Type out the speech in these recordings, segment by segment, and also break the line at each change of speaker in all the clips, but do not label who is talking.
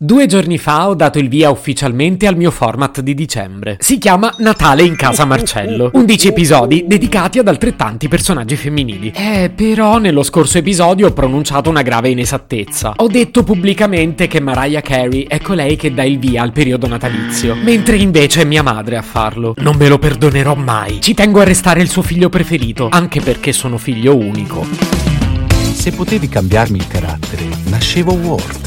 Due giorni fa ho dato il via ufficialmente al mio format di dicembre. Si chiama Natale in casa Marcello. 11 episodi dedicati ad altrettanti personaggi femminili. Eh, però nello scorso episodio ho pronunciato una grave inesattezza. Ho detto pubblicamente che Mariah Carey è colei che dà il via al periodo natalizio, mentre invece è mia madre a farlo. Non me lo perdonerò mai. Ci tengo a restare il suo figlio preferito, anche perché sono figlio unico.
Se potevi cambiarmi il carattere, nascevo Ward.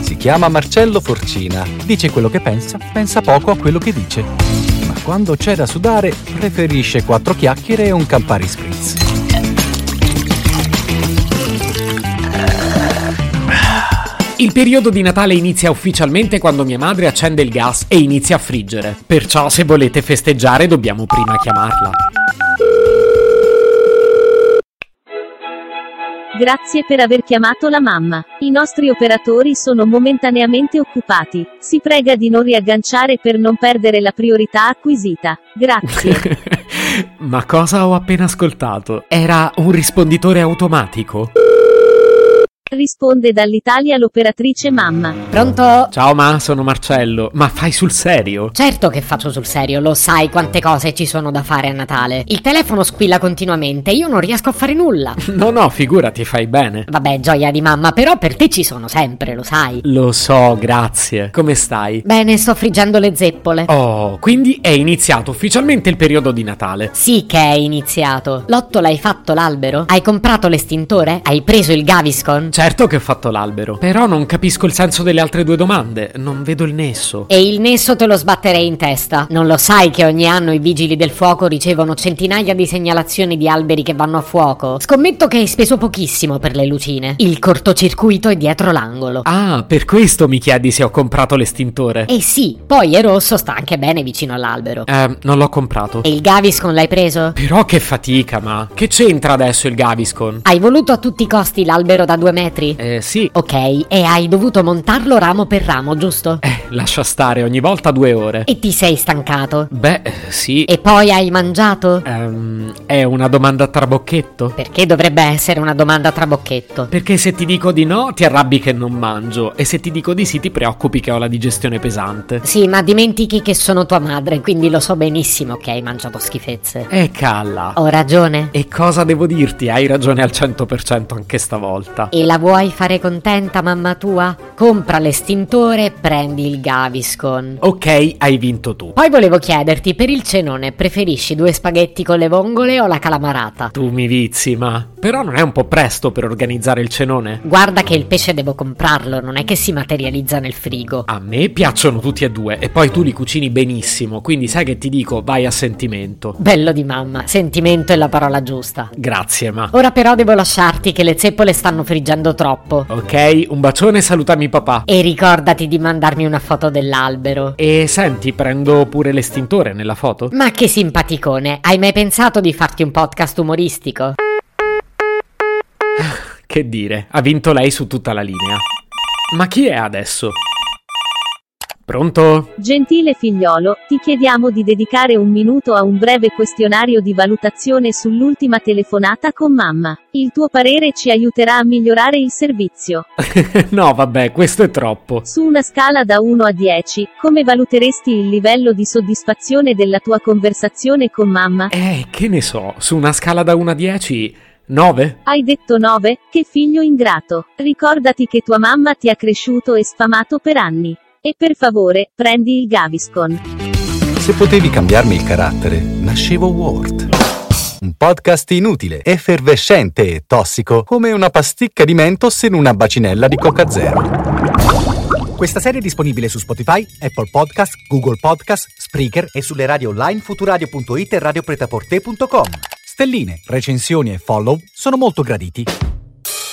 Si chiama Marcello Forcina. Dice quello che pensa, pensa poco a quello che dice. Ma quando c'è da sudare, preferisce quattro chiacchiere e un Campari Spritz.
Il periodo di Natale inizia ufficialmente quando mia madre accende il gas e inizia a friggere. Perciò se volete festeggiare dobbiamo prima chiamarla.
Grazie per aver chiamato la mamma. I nostri operatori sono momentaneamente occupati. Si prega di non riagganciare per non perdere la priorità acquisita. Grazie.
Ma cosa ho appena ascoltato? Era un risponditore automatico?
Risponde dall'Italia l'operatrice mamma.
Pronto?
Ciao ma, sono Marcello. Ma fai sul serio?
Certo che faccio sul serio, lo sai quante cose ci sono da fare a Natale. Il telefono squilla continuamente, io non riesco a fare nulla.
No, no, figurati, fai bene.
Vabbè, gioia di mamma, però per te ci sono sempre, lo sai.
Lo so, grazie. Come stai?
Bene, sto friggendo le zeppole.
Oh, quindi è iniziato ufficialmente il periodo di Natale.
Sì che è iniziato. Lotto l'hai fatto l'albero? Hai comprato l'estintore? Hai preso il Gaviscon?
Certo che ho fatto l'albero, però non capisco il senso delle altre due domande, non vedo il nesso.
E il nesso te lo sbatterei in testa. Non lo sai che ogni anno i vigili del fuoco ricevono centinaia di segnalazioni di alberi che vanno a fuoco? Scommetto che hai speso pochissimo per le lucine. Il cortocircuito è dietro l'angolo.
Ah, per questo mi chiedi se ho comprato l'estintore.
E sì, poi è rosso, sta anche bene vicino all'albero.
Eh, non l'ho comprato.
E il Gaviscon l'hai preso?
Però che fatica, ma che c'entra adesso il Gaviscon?
Hai voluto a tutti i costi l'albero da due metri?
Eh sì,
Ok, e hai dovuto montarlo ramo per ramo, giusto?
eh, lascia stare ogni volta due ore.
E ti sei stancato?
Beh, eh, sì.
E poi hai mangiato?
Ehm, è una domanda a trabocchetto?
Perché dovrebbe essere una domanda a trabocchetto?
Perché se ti dico di no, ti arrabbi che non mangio, e se ti dico di sì, ti preoccupi che ho la digestione pesante.
Sì, ma dimentichi che sono tua madre, quindi lo so benissimo che hai mangiato schifezze.
E calla.
Ho ragione?
E cosa devo dirti? Hai ragione al 100% anche stavolta.
E la vuoi fare contenta, mamma tua? Compra l'estintore e prendi il Gaviscon.
Ok, hai vinto tu.
Poi volevo chiederti, per il cenone preferisci due spaghetti con le vongole o la calamarata?
Tu mi vizi, ma... Però non è un po' presto per organizzare il cenone?
Guarda che il pesce devo comprarlo, non è che si materializza nel frigo.
A me piacciono tutti e due, e poi tu li cucini benissimo, quindi sai che ti dico, vai a sentimento.
Bello di mamma, sentimento è la parola giusta.
Grazie, ma...
Ora però devo lasciarti che le zeppole stanno friggendo troppo.
Ok, un bacione e salutami papà.
E ricordati di mandarmi una foto dell'albero.
E senti, prendo pure l'estintore nella foto?
Ma che simpaticone, hai mai pensato di farti un podcast umoristico?
Che dire, ha vinto lei su tutta la linea. Ma chi è adesso? Pronto?
Gentile figliolo, ti chiediamo di dedicare un minuto a un breve questionario di valutazione sull'ultima telefonata con mamma. Il tuo parere ci aiuterà a migliorare il servizio.
no, vabbè, questo è troppo.
Su una scala da 1 a 10, come valuteresti il livello di soddisfazione della tua conversazione con mamma?
Eh, che ne so, su una scala da 1 a 10, 9?
Hai detto 9, che figlio ingrato. Ricordati che tua mamma ti ha cresciuto e sfamato per anni. E per favore, prendi il Gaviscon.
Se potevi cambiarmi il carattere, nascevo Ward. Un podcast inutile, effervescente e tossico, come una pasticca di mentos in una bacinella di Coca Zero. Questa serie è disponibile su Spotify, Apple Podcast, Google Podcast, Spreaker e sulle radio online futuradio.it e radiopretaporte.com. Stelline, recensioni e follow sono molto graditi.